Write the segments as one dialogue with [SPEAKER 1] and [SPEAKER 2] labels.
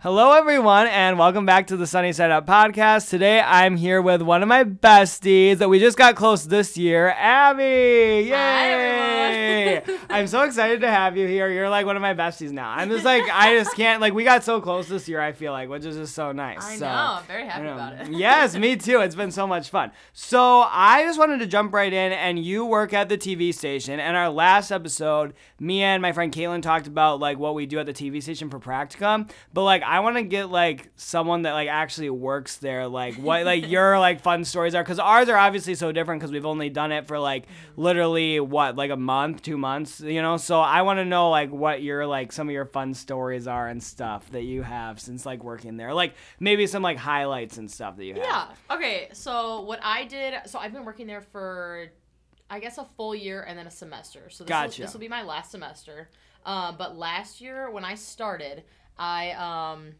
[SPEAKER 1] Hello, everyone, and welcome back to the Sunny Side Up podcast. Today, I'm here with one of my besties that we just got close this year, Abby. Yay! I'm so excited to have you here. You're like one of my besties now. I'm just like, I just can't, like, we got so close this year, I feel like, which is just so nice.
[SPEAKER 2] I
[SPEAKER 1] So,
[SPEAKER 2] know. I'm very happy
[SPEAKER 1] I know.
[SPEAKER 2] about it.
[SPEAKER 1] yes, me too. It's been so much fun. So, I just wanted to jump right in, and you work at the TV station. And our last episode, me and my friend Caitlin talked about, like, what we do at the TV station for practicum. But, like, I want to get, like, someone that, like, actually works there, like, what, like, your, like, fun stories are. Because ours are obviously so different because we've only done it for, like, literally, what, like, a month, two months, you know? So, I want to know, like, what your, like, some of your fun stories are and stuff that you have since, like, working there. Like, maybe some, like, highlights and stuff that you have.
[SPEAKER 2] Yeah. Okay. So what I did, so I've been working there for, I guess, a full year and then a semester. So this
[SPEAKER 1] Gotcha.
[SPEAKER 2] will, this will be my last semester. Um, but last year when I started, I um,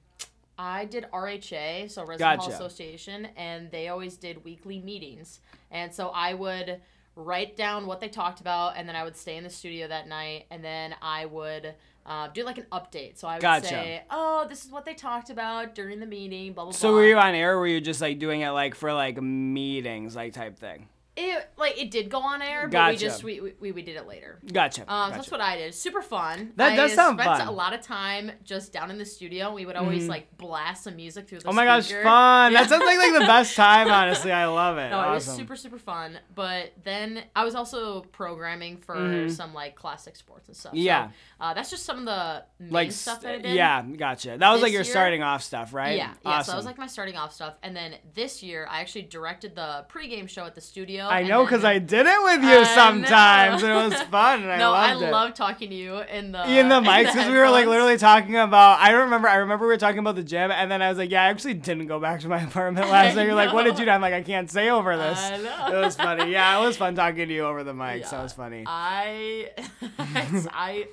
[SPEAKER 2] I did RHA, so Resident
[SPEAKER 1] Gotcha.
[SPEAKER 2] Hall Association, and they always did weekly meetings, and so I would write down what they talked about, and then I would stay in the studio that night, and then I would. Uh, do like an update. So I would
[SPEAKER 1] Gotcha.
[SPEAKER 2] say, oh, this is what they talked about during the meeting, blah, blah,
[SPEAKER 1] So
[SPEAKER 2] blah.
[SPEAKER 1] were you on air? Or were you just like doing it like for like meetings, like type thing?
[SPEAKER 2] it like it did go on air, but
[SPEAKER 1] Gotcha.
[SPEAKER 2] we just we, we we did it later.
[SPEAKER 1] Gotcha.
[SPEAKER 2] Um,
[SPEAKER 1] gotcha.
[SPEAKER 2] so that's what I did. Super fun.
[SPEAKER 1] That
[SPEAKER 2] I
[SPEAKER 1] does sound
[SPEAKER 2] spent
[SPEAKER 1] fun. Mm-hmm.
[SPEAKER 2] a lot of time just down in the studio. We would always like blast some music through the.
[SPEAKER 1] oh my gosh,
[SPEAKER 2] speaker.
[SPEAKER 1] fun!
[SPEAKER 2] Yeah.
[SPEAKER 1] That sounds like like the best time. Honestly, I love it.
[SPEAKER 2] No,
[SPEAKER 1] awesome.
[SPEAKER 2] it was super super fun. But then I was also programming for some like classic sports and stuff. So,
[SPEAKER 1] Mm-hmm. Yeah.
[SPEAKER 2] uh, that's just some of the main
[SPEAKER 1] like
[SPEAKER 2] stuff that I
[SPEAKER 1] st-
[SPEAKER 2] did.
[SPEAKER 1] yeah, gotcha. That was like
[SPEAKER 2] this
[SPEAKER 1] your
[SPEAKER 2] year.
[SPEAKER 1] starting off stuff, right?
[SPEAKER 2] Yeah, yeah.
[SPEAKER 1] Awesome.
[SPEAKER 2] So that was like my starting off stuff, and then this year I actually directed the pregame show at the studio.
[SPEAKER 1] I
[SPEAKER 2] and
[SPEAKER 1] know
[SPEAKER 2] then-
[SPEAKER 1] because I did it with you
[SPEAKER 2] I
[SPEAKER 1] sometimes, and
[SPEAKER 2] know.
[SPEAKER 1] it was fun, and
[SPEAKER 2] no,
[SPEAKER 1] I loved
[SPEAKER 2] I
[SPEAKER 1] it.
[SPEAKER 2] love talking to you in the
[SPEAKER 1] in the mics because we were like
[SPEAKER 2] headphones.
[SPEAKER 1] literally talking about. I remember, I remember we were talking about the gym, and then I was like, "Yeah, I actually didn't go back to my apartment last night." You're like, "What did you do?" I'm like, "I can't say over this."
[SPEAKER 2] I know.
[SPEAKER 1] It was funny. Yeah, it was fun talking to you over the mics. That was funny.
[SPEAKER 2] I I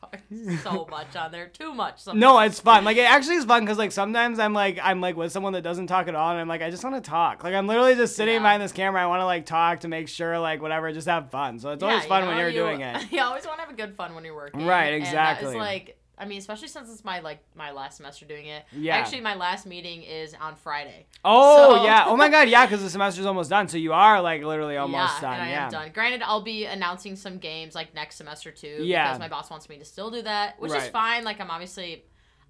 [SPEAKER 2] talk so much on there, too much. Sometimes.
[SPEAKER 1] No, it's fun. Like it actually is fun because like sometimes I'm like I'm like with someone that doesn't talk at all, and I'm like I just want to talk. Like I'm literally just sitting
[SPEAKER 2] Yeah.
[SPEAKER 1] behind this camera. I want to like talk to make sure like whatever, just have fun. So it's
[SPEAKER 2] Yeah,
[SPEAKER 1] always
[SPEAKER 2] you
[SPEAKER 1] fun when
[SPEAKER 2] know,
[SPEAKER 1] you're
[SPEAKER 2] you-
[SPEAKER 1] doing it.
[SPEAKER 2] You always want to have a good fun when you're working.
[SPEAKER 1] Right,
[SPEAKER 2] And that
[SPEAKER 1] exactly.
[SPEAKER 2] is like. I mean, especially since it's my like my last semester doing it.
[SPEAKER 1] Yeah.
[SPEAKER 2] Actually, my last meeting is on Friday.
[SPEAKER 1] Oh
[SPEAKER 2] So-
[SPEAKER 1] yeah. Oh my god. Yeah, because the semester's almost done, so you are like literally almost
[SPEAKER 2] yeah,
[SPEAKER 1] done.
[SPEAKER 2] and I
[SPEAKER 1] yeah.
[SPEAKER 2] am done. Granted, I'll be announcing some games like next semester too.
[SPEAKER 1] Yeah.
[SPEAKER 2] Because my boss wants me to still do that, which is
[SPEAKER 1] Right.
[SPEAKER 2] fine. Like I'm obviously,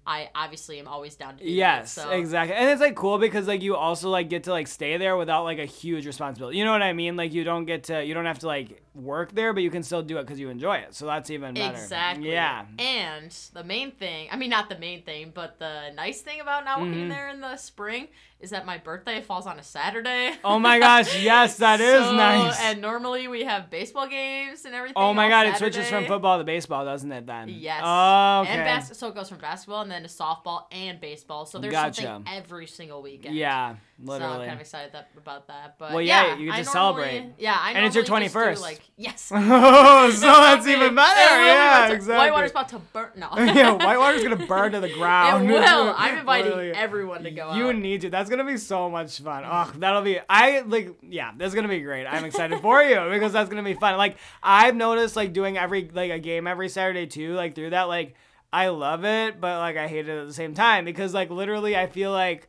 [SPEAKER 2] I obviously am always down to do
[SPEAKER 1] Yes,
[SPEAKER 2] that. so-
[SPEAKER 1] exactly. And it's like cool because like you also like get to like stay there without like a huge responsibility. You know what I mean? Like you don't get to you don't have to like work there, but you can still do it because you enjoy it. So that's even better.
[SPEAKER 2] Exactly.
[SPEAKER 1] Yeah.
[SPEAKER 2] And the main thing, I mean, not the main thing, but the nice thing about not
[SPEAKER 1] Mm-hmm.
[SPEAKER 2] working there in the spring is that my birthday falls on a Saturday.
[SPEAKER 1] Oh my gosh, yes, that is
[SPEAKER 2] So-
[SPEAKER 1] nice.
[SPEAKER 2] And normally we have baseball games and everything.
[SPEAKER 1] Oh my
[SPEAKER 2] on
[SPEAKER 1] god, it switches from
[SPEAKER 2] Saturday.
[SPEAKER 1] football to baseball, doesn't it then?
[SPEAKER 2] Yes.
[SPEAKER 1] Oh, okay.
[SPEAKER 2] And bas- so it goes from basketball and then to softball and baseball. So there's something
[SPEAKER 1] Gotcha.
[SPEAKER 2] every single weekend.
[SPEAKER 1] yeah,
[SPEAKER 2] So
[SPEAKER 1] literally.
[SPEAKER 2] I'm kind of excited that, about that. But
[SPEAKER 1] Well, yeah,
[SPEAKER 2] yeah
[SPEAKER 1] you
[SPEAKER 2] I
[SPEAKER 1] just
[SPEAKER 2] normally-
[SPEAKER 1] celebrate.
[SPEAKER 2] Yeah, I
[SPEAKER 1] And it's your
[SPEAKER 2] normally just do,
[SPEAKER 1] 21st.
[SPEAKER 2] Like, yes.
[SPEAKER 1] oh, so that's
[SPEAKER 2] Exactly.
[SPEAKER 1] even better.
[SPEAKER 2] And Whitewater's
[SPEAKER 1] Yeah,
[SPEAKER 2] about to-
[SPEAKER 1] exactly.
[SPEAKER 2] Whitewater's about to burn. No.
[SPEAKER 1] yeah, Whitewater's gonna burn to the
[SPEAKER 2] It
[SPEAKER 1] ground.
[SPEAKER 2] will. I'm inviting
[SPEAKER 1] Literally.
[SPEAKER 2] everyone to go
[SPEAKER 1] You
[SPEAKER 2] out.
[SPEAKER 1] need to. That's gonna be so much fun. Oh, that'll be. I like. Yeah, that's gonna be great. I'm excited for you because that's gonna be fun. Like I've noticed, like doing every like a game every Saturday too. Like through that, like I love it, but like I hate it at the same time because like literally, I feel like.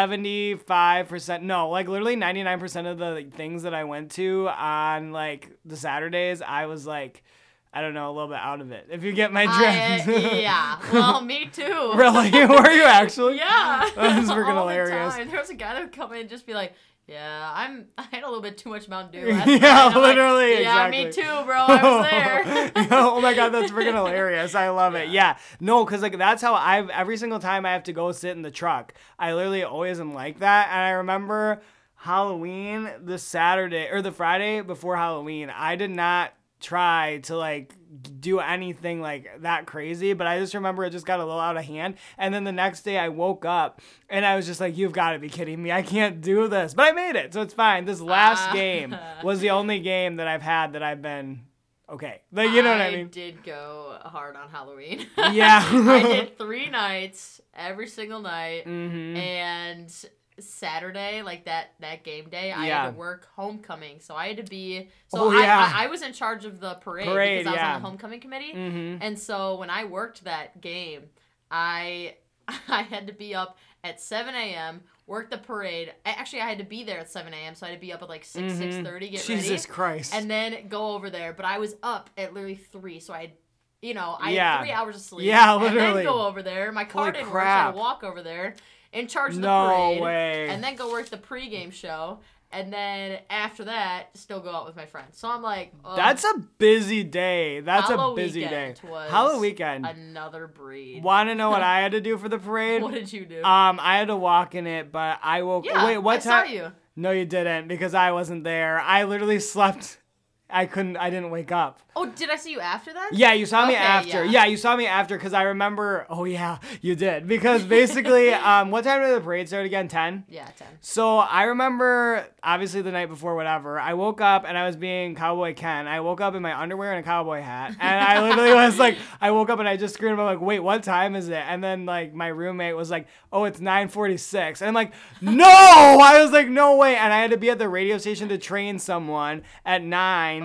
[SPEAKER 1] 75% no like literally 99% of the like, things that i went to on like the saturdays i was like I don't know, a little bit out of it. If you get my
[SPEAKER 2] I,
[SPEAKER 1] drift.
[SPEAKER 2] uh, yeah. Well, me too.
[SPEAKER 1] really? Were you actually?
[SPEAKER 2] Oh, Yeah.
[SPEAKER 1] That is freaking
[SPEAKER 2] All the
[SPEAKER 1] hilarious.
[SPEAKER 2] time. There was a guy that would come in and just be like, "Yeah, I'm. I had a little bit too much Mountain Dew." Last
[SPEAKER 1] Yeah,
[SPEAKER 2] night." And I'm like,
[SPEAKER 1] literally,
[SPEAKER 2] yeah, me
[SPEAKER 1] exactly.
[SPEAKER 2] too, bro. I was there.
[SPEAKER 1] oh my god, that's freaking hilarious. I love it. Yeah. No, because like that's how I've every single time I have to go sit in the truck. I literally always am like that. And I remember Halloween the Saturday or the Friday before Halloween, I did not try to like do anything like that crazy, but I just remember it just got a little out of hand. And then the next day I woke up and I was just like, You've gotta be kidding me. I can't do this. But I made it, so it's fine. This last game was the only game that I've had that I've been okay. Like you know what I mean?
[SPEAKER 2] did go hard on Halloween. I
[SPEAKER 1] Yeah.
[SPEAKER 2] did three nights every single night,
[SPEAKER 1] Mm-hmm.
[SPEAKER 2] and Saturday, like that that game day, I
[SPEAKER 1] Yeah.
[SPEAKER 2] had to work homecoming, so I had to be. So
[SPEAKER 1] Oh,
[SPEAKER 2] I,
[SPEAKER 1] yeah.
[SPEAKER 2] I, I was in charge of the parade,
[SPEAKER 1] Parade,
[SPEAKER 2] because I was
[SPEAKER 1] yeah. Mm-hmm.
[SPEAKER 2] on the homecoming committee, and so when I worked that game, I I had to be up at seven a.m. Work the parade. A- Actually, I had to be there at seven a.m. So I had to be up at like 6 six thirty. Get ready.
[SPEAKER 1] Mm-hmm. Jesus Christ.
[SPEAKER 2] And then go over there. But I was up at literally three, so I, had, you know, I
[SPEAKER 1] Yeah.
[SPEAKER 2] had three hours of sleep.
[SPEAKER 1] Yeah,
[SPEAKER 2] And
[SPEAKER 1] literally.
[SPEAKER 2] then go over there. My car
[SPEAKER 1] Holy
[SPEAKER 2] didn't work, so I had
[SPEAKER 1] crap.
[SPEAKER 2] to walk over there in charge of
[SPEAKER 1] No
[SPEAKER 2] the parade.
[SPEAKER 1] way.
[SPEAKER 2] And then go work the pregame show. And then after that, still go out with my friends. So I'm like, oh,
[SPEAKER 1] That's a busy day. That's a busy day.
[SPEAKER 2] weekend was
[SPEAKER 1] Halloween weekend.
[SPEAKER 2] another breed.
[SPEAKER 1] Want to know what I had to do for the parade?
[SPEAKER 2] What did you do?
[SPEAKER 1] Um, I had to walk in it, but I woke.
[SPEAKER 2] Yeah,
[SPEAKER 1] Wait, what
[SPEAKER 2] I saw
[SPEAKER 1] time?
[SPEAKER 2] you.
[SPEAKER 1] No, you didn't because I wasn't there. I literally slept. I couldn't. I didn't wake up.
[SPEAKER 2] oh, did I see you after that?
[SPEAKER 1] Yeah, you saw me
[SPEAKER 2] Okay,
[SPEAKER 1] after. Yeah.
[SPEAKER 2] yeah.
[SPEAKER 1] you saw me after because I remember. Oh yeah, you did because basically, um, what time did the parade start again? Ten.
[SPEAKER 2] Yeah, ten.
[SPEAKER 1] So I remember, obviously, the night before, whatever. I woke up and I was being Cowboy Ken. I woke up in my underwear and a cowboy hat, and I literally was like, I woke up and I just screamed. I'm like, wait, what time is it? And then like my roommate was like, oh, it's 9:46, and I'm like, no! I was like, no way! And I had to be at the radio station to train someone at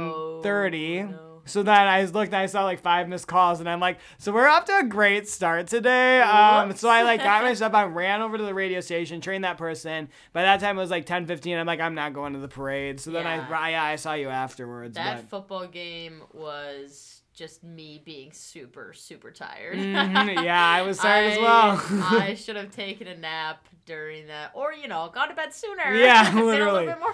[SPEAKER 1] 9:30. So then I just looked and I saw like five missed calls and I'm like, so we're off to a great start today. Um, so I like got my stuff, I ran over to the radio station, trained that person. By that time it was like 10, 15. I'm like, I'm not going to the parade. So then
[SPEAKER 2] Yeah.
[SPEAKER 1] I, yeah, I saw you afterwards.
[SPEAKER 2] That
[SPEAKER 1] but-
[SPEAKER 2] football game was just me being super, super tired.
[SPEAKER 1] Mhm, yeah, I was tired as well.
[SPEAKER 2] I should have taken a nap during that, or you know, gone to bed sooner.
[SPEAKER 1] Yeah,
[SPEAKER 2] Been a
[SPEAKER 1] literally.
[SPEAKER 2] little bit more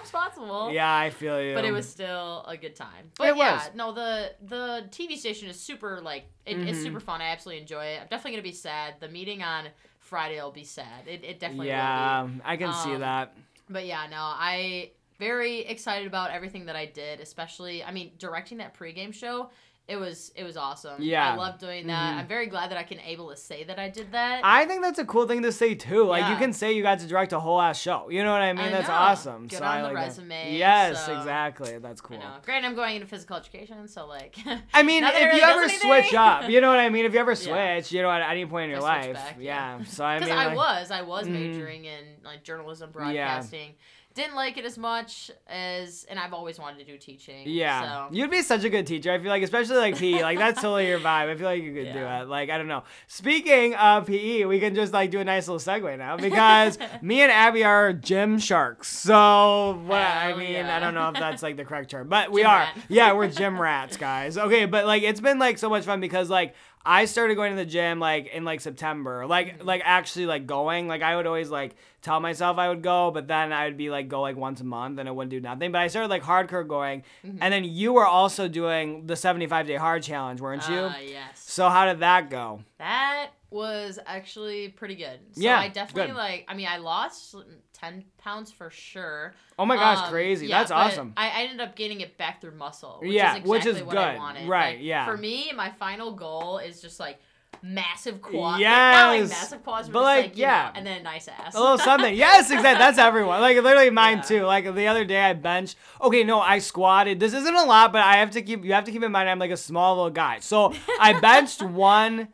[SPEAKER 2] responsible.
[SPEAKER 1] yeah, I feel you.
[SPEAKER 2] But it was still a good time. But
[SPEAKER 1] It
[SPEAKER 2] yeah,
[SPEAKER 1] was.
[SPEAKER 2] no, the the TV station is super like it,
[SPEAKER 1] Mm-hmm.
[SPEAKER 2] it's super fun. I absolutely enjoy it. I'm definitely gonna be sad. The meeting on Friday will be sad. It, it definitely will be.
[SPEAKER 1] Yeah, I can see
[SPEAKER 2] Um,
[SPEAKER 1] that.
[SPEAKER 2] But yeah, no, I very excited about everything that I did, especially I mean, directing that pregame show. It was it was awesome.
[SPEAKER 1] Yeah. Mm-hmm.
[SPEAKER 2] I love doing that. I'm very glad that I can able to say that I did that.
[SPEAKER 1] I think that's a cool thing to say too. Like you
[SPEAKER 2] Yeah.
[SPEAKER 1] can say you got to direct a whole ass show. You know what I mean?
[SPEAKER 2] I
[SPEAKER 1] that's
[SPEAKER 2] know.
[SPEAKER 1] awesome.
[SPEAKER 2] Good
[SPEAKER 1] so
[SPEAKER 2] on
[SPEAKER 1] I
[SPEAKER 2] the
[SPEAKER 1] like that.
[SPEAKER 2] resume,
[SPEAKER 1] Yes,
[SPEAKER 2] so-
[SPEAKER 1] exactly. That's cool.
[SPEAKER 2] you know, granted, I'm going into physical education, so like.
[SPEAKER 1] I mean,
[SPEAKER 2] not
[SPEAKER 1] if
[SPEAKER 2] that it really
[SPEAKER 1] you
[SPEAKER 2] does
[SPEAKER 1] ever
[SPEAKER 2] anything.
[SPEAKER 1] switch up, you know what I mean. If you ever
[SPEAKER 2] Yeah.
[SPEAKER 1] switch, you know, at any point in your
[SPEAKER 2] I
[SPEAKER 1] life,
[SPEAKER 2] switched back,
[SPEAKER 1] yeah.
[SPEAKER 2] yeah.
[SPEAKER 1] So I mean,
[SPEAKER 2] Because I,
[SPEAKER 1] like, mm-hmm.
[SPEAKER 2] was, I was majoring in like journalism, broadcasting. Didn't like it as much as, and I've always wanted to do teaching.
[SPEAKER 1] Yeah,
[SPEAKER 2] So.
[SPEAKER 1] you'd be such a good teacher. I feel like, especially like PE, like that's totally your vibe. I feel like you could do it. Like I don't know. Speaking of PE, we can just like do a nice little segue now because me and Abby are gym sharks. So what I
[SPEAKER 2] Hell
[SPEAKER 1] mean, I
[SPEAKER 2] yeah.
[SPEAKER 1] don't know if that's like the correct term, but we
[SPEAKER 2] Gym
[SPEAKER 1] are.
[SPEAKER 2] rat.
[SPEAKER 1] Yeah, we're gym rats, guys. Okay, but like it's been like so much fun because like. I started going to the gym like in like September, like like actually like going. Like I would always like tell myself I would go, but then I would be like go like once a month and I wouldn't do nothing. But I started like hardcore going, and then you were also doing the seventy five day hard challenge, weren't you?
[SPEAKER 2] Uh, yes.
[SPEAKER 1] So how did that go?
[SPEAKER 2] That was actually pretty good. So
[SPEAKER 1] Yeah,
[SPEAKER 2] I definitely
[SPEAKER 1] good.
[SPEAKER 2] like. I mean, I lost ten pounds for sure. Um,
[SPEAKER 1] Oh my gosh, crazy. That's
[SPEAKER 2] but
[SPEAKER 1] awesome.
[SPEAKER 2] I, I ended up gaining it back through muscle. Which
[SPEAKER 1] Yeah,
[SPEAKER 2] is exactly
[SPEAKER 1] which is
[SPEAKER 2] what I
[SPEAKER 1] good.
[SPEAKER 2] wanted.
[SPEAKER 1] Right,
[SPEAKER 2] Like,
[SPEAKER 1] yeah.
[SPEAKER 2] For me, my final goal is just like massive quads. Yeah. Like, not
[SPEAKER 1] Yes.
[SPEAKER 2] like massive quads, but,
[SPEAKER 1] But,
[SPEAKER 2] just,
[SPEAKER 1] like,
[SPEAKER 2] like,
[SPEAKER 1] yeah.
[SPEAKER 2] yeah, and then a nice ass.
[SPEAKER 1] a little something. Yes, exactly. That's everyone. Like literally mine too. Like the other day I benched. Okay, no, I squatted. This isn't a lot, but I have to keep. You have to keep in mind I'm like a small little guy. So I benched one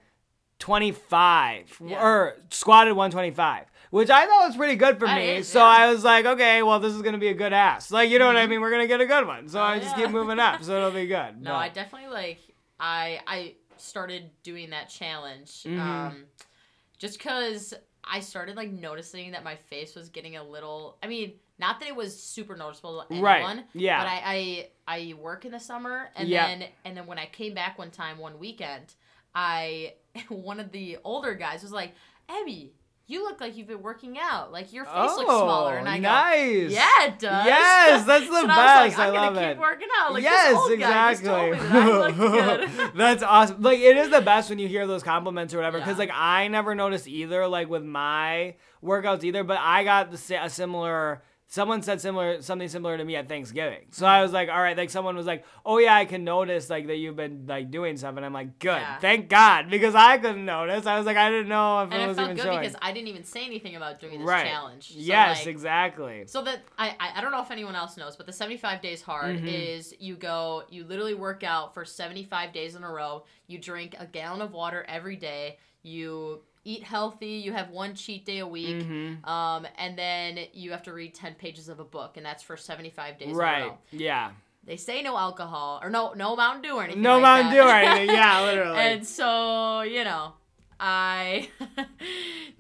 [SPEAKER 1] twenty five
[SPEAKER 2] Yeah.
[SPEAKER 1] or squatted one twenty five. Which I thought was pretty good for
[SPEAKER 2] That
[SPEAKER 1] me.
[SPEAKER 2] is,
[SPEAKER 1] so
[SPEAKER 2] yeah. Mm-hmm.
[SPEAKER 1] I was like, okay, well, this is going to be a good ass. Like, you know what I mean? We're going to get a good one. So I just
[SPEAKER 2] yeah.
[SPEAKER 1] keep moving up. So it'll be good. But-
[SPEAKER 2] No, I definitely like I I started doing that challenge
[SPEAKER 1] Mm-hmm.
[SPEAKER 2] um just cuz I started like noticing that my face was getting a little I mean, Not that it was super noticeable to anyone.
[SPEAKER 1] Right, yeah.
[SPEAKER 2] But I, I I work in the summer, and
[SPEAKER 1] Yeah.
[SPEAKER 2] then and then when I came back one time, one weekend, I one of the older guys was like, "Abby, you look like you've been working out. Like your face looks smaller."
[SPEAKER 1] Oh,
[SPEAKER 2] And I go,
[SPEAKER 1] nice.
[SPEAKER 2] "Yeah, it does."
[SPEAKER 1] Yes, that's the
[SPEAKER 2] and I was
[SPEAKER 1] best.
[SPEAKER 2] like,
[SPEAKER 1] I
[SPEAKER 2] I'm
[SPEAKER 1] love
[SPEAKER 2] gonna
[SPEAKER 1] it.
[SPEAKER 2] keep working out. Like
[SPEAKER 1] yes,
[SPEAKER 2] this old
[SPEAKER 1] exactly.
[SPEAKER 2] guy just told me that I look good.
[SPEAKER 1] That's awesome. Like it is the best when you hear those compliments or whatever. Because like I never noticed either. Like with my workouts either, but I got the sa- a similar. Someone said similar something similar to me at Thanksgiving. So
[SPEAKER 2] Mm-hmm.
[SPEAKER 1] I was like, all right. Like someone was like, oh yeah, I can notice like that you've been like doing stuff, and I'm like, good,
[SPEAKER 2] Yeah.
[SPEAKER 1] thank God, because I couldn't notice. I was like, I didn't know if it
[SPEAKER 2] and it
[SPEAKER 1] was
[SPEAKER 2] felt
[SPEAKER 1] even
[SPEAKER 2] good
[SPEAKER 1] showing.
[SPEAKER 2] because I didn't even say anything about doing this
[SPEAKER 1] right.
[SPEAKER 2] challenge. So,
[SPEAKER 1] yes,
[SPEAKER 2] like,
[SPEAKER 1] exactly.
[SPEAKER 2] So that I, I I don't know if anyone else knows, but the 75 days hard
[SPEAKER 1] Mm-hmm.
[SPEAKER 2] is you go you literally work out for 75 days in a row. You drink a gallon of water every day. You eat healthy. You have one cheat day a week,
[SPEAKER 1] Mm-hmm.
[SPEAKER 2] um, and then you have to read 10 pages of a book, and that's for 75 days. In a
[SPEAKER 1] Right.
[SPEAKER 2] row.
[SPEAKER 1] Yeah.
[SPEAKER 2] They say no alcohol or no no Mountain Dew or anything.
[SPEAKER 1] No
[SPEAKER 2] like
[SPEAKER 1] Mountain Dew
[SPEAKER 2] that.
[SPEAKER 1] or anything. Yeah, literally.
[SPEAKER 2] and so you know, I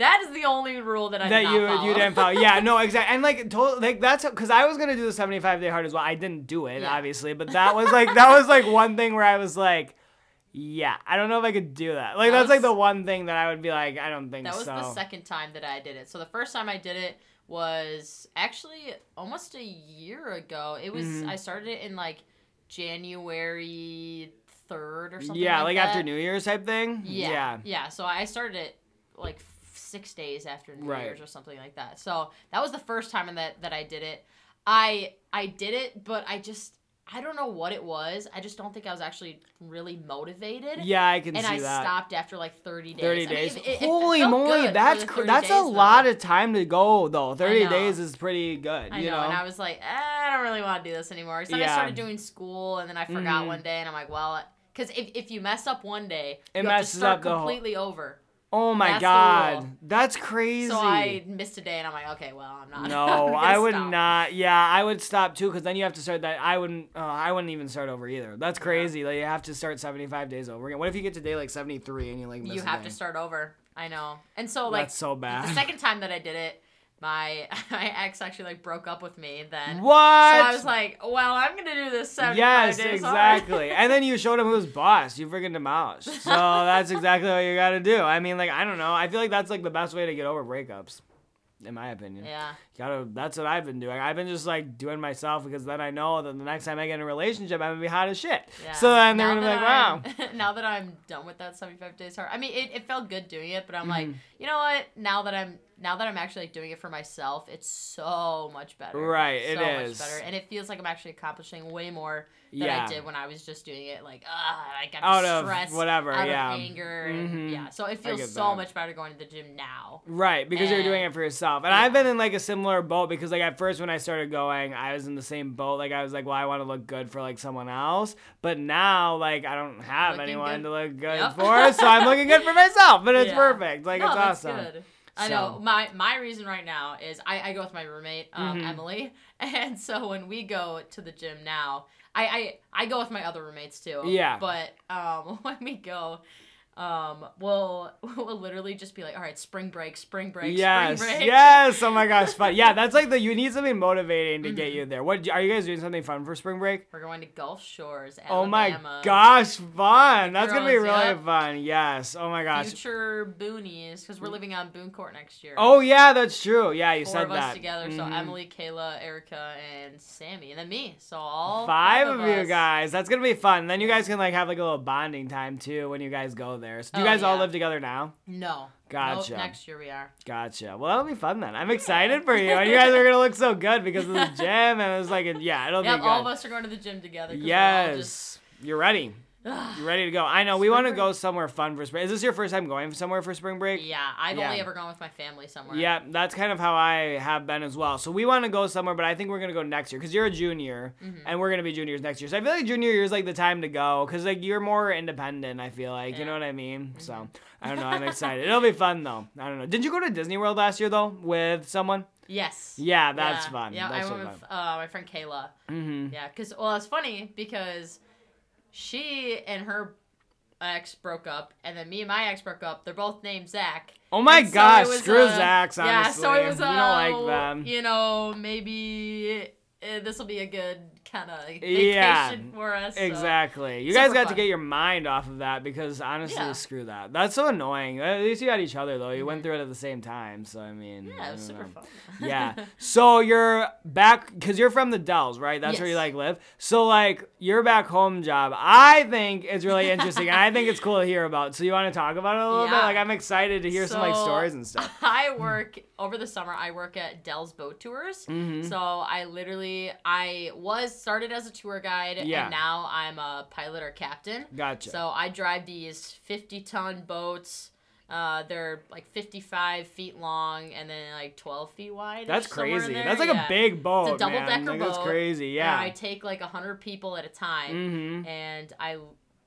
[SPEAKER 2] that is the only rule that I did
[SPEAKER 1] that
[SPEAKER 2] not
[SPEAKER 1] you
[SPEAKER 2] follow.
[SPEAKER 1] you didn't follow. Yeah, no, exactly. And like total like that's because I was gonna do the seventy five day hard as well. I didn't do it
[SPEAKER 2] Yeah.
[SPEAKER 1] obviously, but that was like that was like one thing where I was like, yeah, I don't know if I could do that. Like
[SPEAKER 2] That
[SPEAKER 1] that's like
[SPEAKER 2] was-
[SPEAKER 1] the one thing that I would be like, I don't think
[SPEAKER 2] That was
[SPEAKER 1] so.
[SPEAKER 2] the second time that I did it. So the first time I did it was actually almost a year ago. It was
[SPEAKER 1] Mm-hmm.
[SPEAKER 2] I started it in like January third or something.
[SPEAKER 1] yeah, like,
[SPEAKER 2] that.
[SPEAKER 1] after New Year's type thing.
[SPEAKER 2] Yeah, yeah, So I started it like f- six days after New
[SPEAKER 1] Right.
[SPEAKER 2] Year's or something like that. So that was the first time that that I did it. I I did it, but I just I don't know what it was. I just don't think I was actually really motivated.
[SPEAKER 1] Yeah, I can
[SPEAKER 2] And
[SPEAKER 1] see
[SPEAKER 2] I
[SPEAKER 1] that.
[SPEAKER 2] stopped after like thirty days.
[SPEAKER 1] 30
[SPEAKER 2] I mean,
[SPEAKER 1] days.
[SPEAKER 2] it- it- it
[SPEAKER 1] Holy
[SPEAKER 2] felt good
[SPEAKER 1] moly,
[SPEAKER 2] for
[SPEAKER 1] that's
[SPEAKER 2] the
[SPEAKER 1] cr-
[SPEAKER 2] 30
[SPEAKER 1] that's
[SPEAKER 2] days,
[SPEAKER 1] a lot
[SPEAKER 2] though.
[SPEAKER 1] of time to go though. 30
[SPEAKER 2] know.
[SPEAKER 1] days is pretty good,
[SPEAKER 2] I
[SPEAKER 1] you
[SPEAKER 2] know,
[SPEAKER 1] know.
[SPEAKER 2] and I was like, eh, I don't really want to do this anymore. So then I
[SPEAKER 1] Yeah. Mm.
[SPEAKER 2] started doing school, and then I forgot one day, and I'm like, well, because if, if you mess up one day,
[SPEAKER 1] It
[SPEAKER 2] you have to
[SPEAKER 1] messes
[SPEAKER 2] start
[SPEAKER 1] up the whole-
[SPEAKER 2] completely over.
[SPEAKER 1] oh my
[SPEAKER 2] That's the
[SPEAKER 1] god.
[SPEAKER 2] rule.
[SPEAKER 1] That's crazy.
[SPEAKER 2] So I missed a day, and I'm like, okay, well, I'm not. I'm
[SPEAKER 1] No,
[SPEAKER 2] gonna
[SPEAKER 1] I would
[SPEAKER 2] stop.
[SPEAKER 1] not. Yeah, I would stop too, because then you have to start that. I wouldn't. Uh, I wouldn't even start over either. That's crazy. Like you have to start seventy five days over again. What if you get to day like seventy three and you like miss
[SPEAKER 2] You
[SPEAKER 1] a
[SPEAKER 2] have
[SPEAKER 1] day?
[SPEAKER 2] to start over. I know, and so like
[SPEAKER 1] That's so bad.
[SPEAKER 2] The second time that I did it, my my ex actually like broke up with me. Then
[SPEAKER 1] What?
[SPEAKER 2] So I was like, well, I'm gonna do this seven
[SPEAKER 1] yes,
[SPEAKER 2] days hard.
[SPEAKER 1] exactly. and then you showed him who's boss. You freaking demolished. So that's exactly what you got to do. I mean, like I don't know. I feel like that's like the best way to get over breakups, in my opinion.
[SPEAKER 2] yeah.
[SPEAKER 1] Gotta. That's what I've been doing. I've been just like doing myself because then I know that the next time I get in a relationship, I'm gonna be hot as shit.
[SPEAKER 2] Yeah.
[SPEAKER 1] So then they're gonna
[SPEAKER 2] Now
[SPEAKER 1] be
[SPEAKER 2] that
[SPEAKER 1] like, wow.
[SPEAKER 2] I'm- now that I'm done with that 75 days hard, I mean, it, it felt good doing it, but I'm like,
[SPEAKER 1] Mm-hmm.
[SPEAKER 2] you know what? Now that I'm now that I'm actually like, doing it for myself, it's so much better.
[SPEAKER 1] Right,
[SPEAKER 2] so
[SPEAKER 1] it
[SPEAKER 2] much
[SPEAKER 1] is.
[SPEAKER 2] better, and it feels like I'm actually accomplishing way more than
[SPEAKER 1] Yeah.
[SPEAKER 2] I did when I was just doing it like ah, like I'm
[SPEAKER 1] Out of
[SPEAKER 2] stressed,
[SPEAKER 1] whatever,
[SPEAKER 2] out
[SPEAKER 1] yeah. Mm-hmm.
[SPEAKER 2] of anger, and- yeah. So it
[SPEAKER 1] get
[SPEAKER 2] feels so
[SPEAKER 1] that.
[SPEAKER 2] much better going to the gym now.
[SPEAKER 1] Right, because you're doing
[SPEAKER 2] And-
[SPEAKER 1] it for yourself. And I've been in like a similar boat because like at first when I started going, I was in the same boat. Like I was like, well, I want to look good for like someone else, but now like I don't have
[SPEAKER 2] Looking
[SPEAKER 1] anyone
[SPEAKER 2] good.
[SPEAKER 1] to look good
[SPEAKER 2] Yep.
[SPEAKER 1] for, so I'm looking good for myself, and it's
[SPEAKER 2] Yeah.
[SPEAKER 1] perfect. Like
[SPEAKER 2] No,
[SPEAKER 1] it's
[SPEAKER 2] that's
[SPEAKER 1] awesome.
[SPEAKER 2] good. I
[SPEAKER 1] So-
[SPEAKER 2] know my my reason right now is I, I go with my roommate um,
[SPEAKER 1] Mm-hmm.
[SPEAKER 2] Emily, and so when we go to the gym now, I, I I go with my other roommates too.
[SPEAKER 1] Yeah.
[SPEAKER 2] But um, when we go, um, we'll we'll literally just be like, all right, spring break, spring break,
[SPEAKER 1] Yes,
[SPEAKER 2] spring break.
[SPEAKER 1] yes. Oh my gosh, fun. Yeah, that's like the you need something motivating to
[SPEAKER 2] Mm-hmm.
[SPEAKER 1] get you there. What are you guys doing? Something fun for spring break?
[SPEAKER 2] We're going to Gulf Shores, Alabama.
[SPEAKER 1] Oh my gosh, fun! That's gonna be
[SPEAKER 2] Girls,
[SPEAKER 1] really
[SPEAKER 2] yep.
[SPEAKER 1] fun. Yes. Oh my gosh.
[SPEAKER 2] Future boonies, because we're living on Boone Court next year.
[SPEAKER 1] Mm. Oh yeah, that's true. Yeah, you
[SPEAKER 2] Four
[SPEAKER 1] said
[SPEAKER 2] of us
[SPEAKER 1] that. Mm-hmm.
[SPEAKER 2] together, so Emily, Kayla, Erica, and Sammy, and then me. So all
[SPEAKER 1] Five of you
[SPEAKER 2] us.
[SPEAKER 1] guys. That's gonna be fun. Then you guys can like have like a little bonding time too when you guys go there. So do you
[SPEAKER 2] Oh,
[SPEAKER 1] guys all
[SPEAKER 2] yeah.
[SPEAKER 1] live together now?
[SPEAKER 2] No.
[SPEAKER 1] Gotcha.
[SPEAKER 2] Nope, next year we are.
[SPEAKER 1] Gotcha. Well, that'll be fun then. I'm excited for you. And you guys are gonna look so good because of the gym. And it's like, yeah, it'll
[SPEAKER 2] Yep,
[SPEAKER 1] be good.
[SPEAKER 2] all of us are going to the gym together. 'cause we're all
[SPEAKER 1] Yes,
[SPEAKER 2] just-
[SPEAKER 1] you're ready. You're ready to go. I know. We want to go somewhere fun for spring. Is this your first time going somewhere for spring break?
[SPEAKER 2] yeah, I've
[SPEAKER 1] Yeah.
[SPEAKER 2] only ever gone with my family somewhere.
[SPEAKER 1] Yeah, that's kind of how I have been as well. So we want to go somewhere, but I think we're gonna go next year because you're a junior,
[SPEAKER 2] Mm-hmm.
[SPEAKER 1] and we're gonna be juniors next year. So I feel like junior year is like the time to go because like you're more independent. I feel like you know what I mean. So
[SPEAKER 2] Mm-hmm.
[SPEAKER 1] I don't know. I'm excited. It'll be fun though. I don't know. Did you go to Disney World last year though with someone?
[SPEAKER 2] Yes.
[SPEAKER 1] Yeah, that's fun.
[SPEAKER 2] Yeah,
[SPEAKER 1] That's
[SPEAKER 2] I
[SPEAKER 1] so
[SPEAKER 2] went with
[SPEAKER 1] fun.
[SPEAKER 2] uh, my friend Kayla. Mm-hmm. Yeah, because well, it's funny because she and her ex broke up, and then me and my ex broke up. They're both named Zach.
[SPEAKER 1] Oh my
[SPEAKER 2] And so
[SPEAKER 1] gosh,
[SPEAKER 2] it was
[SPEAKER 1] screw
[SPEAKER 2] a-
[SPEAKER 1] Zach's,
[SPEAKER 2] Yeah, so
[SPEAKER 1] honestly.
[SPEAKER 2] it was
[SPEAKER 1] We
[SPEAKER 2] a,
[SPEAKER 1] don't like them.
[SPEAKER 2] You know, maybe uh, this will be a good kind of vacation
[SPEAKER 1] Yeah,
[SPEAKER 2] for us. so.
[SPEAKER 1] Exactly. You
[SPEAKER 2] Super
[SPEAKER 1] guys got to
[SPEAKER 2] fun.
[SPEAKER 1] get your mind off of that because honestly,
[SPEAKER 2] Yeah. Mm-hmm.
[SPEAKER 1] screw that. That's so annoying. At least you had each other though. You went through it at the same time. So I mean, I
[SPEAKER 2] Yeah, it was
[SPEAKER 1] don't
[SPEAKER 2] super
[SPEAKER 1] know.
[SPEAKER 2] fun.
[SPEAKER 1] yeah. So you're back because you're from the Dells, right? That's where you
[SPEAKER 2] Yes.
[SPEAKER 1] like live. So like your back home job, I think it's really interesting. and I think it's cool to hear about. So you want to talk about it a little bit?
[SPEAKER 2] Yeah.
[SPEAKER 1] Like I'm excited to hear some like
[SPEAKER 2] So,
[SPEAKER 1] stories and stuff.
[SPEAKER 2] I work over the summer. I work at Dell's Boat Tours.
[SPEAKER 1] Mm-hmm.
[SPEAKER 2] So I literally I was started as a tour guide
[SPEAKER 1] Yeah.
[SPEAKER 2] and now I'm a pilot or captain.
[SPEAKER 1] Gotcha.
[SPEAKER 2] So I drive these 50 ton boats. Uh, they're like 55 feet long and then like 12 feet wide.
[SPEAKER 1] That's
[SPEAKER 2] somewhere in
[SPEAKER 1] crazy.
[SPEAKER 2] there,
[SPEAKER 1] That's like
[SPEAKER 2] yeah.
[SPEAKER 1] a big boat.
[SPEAKER 2] It's a double
[SPEAKER 1] man.
[SPEAKER 2] decker
[SPEAKER 1] like,
[SPEAKER 2] boat.
[SPEAKER 1] That's crazy.
[SPEAKER 2] And I
[SPEAKER 1] Yeah.
[SPEAKER 2] take like 100 people at a time.
[SPEAKER 1] Mm-hmm.
[SPEAKER 2] and I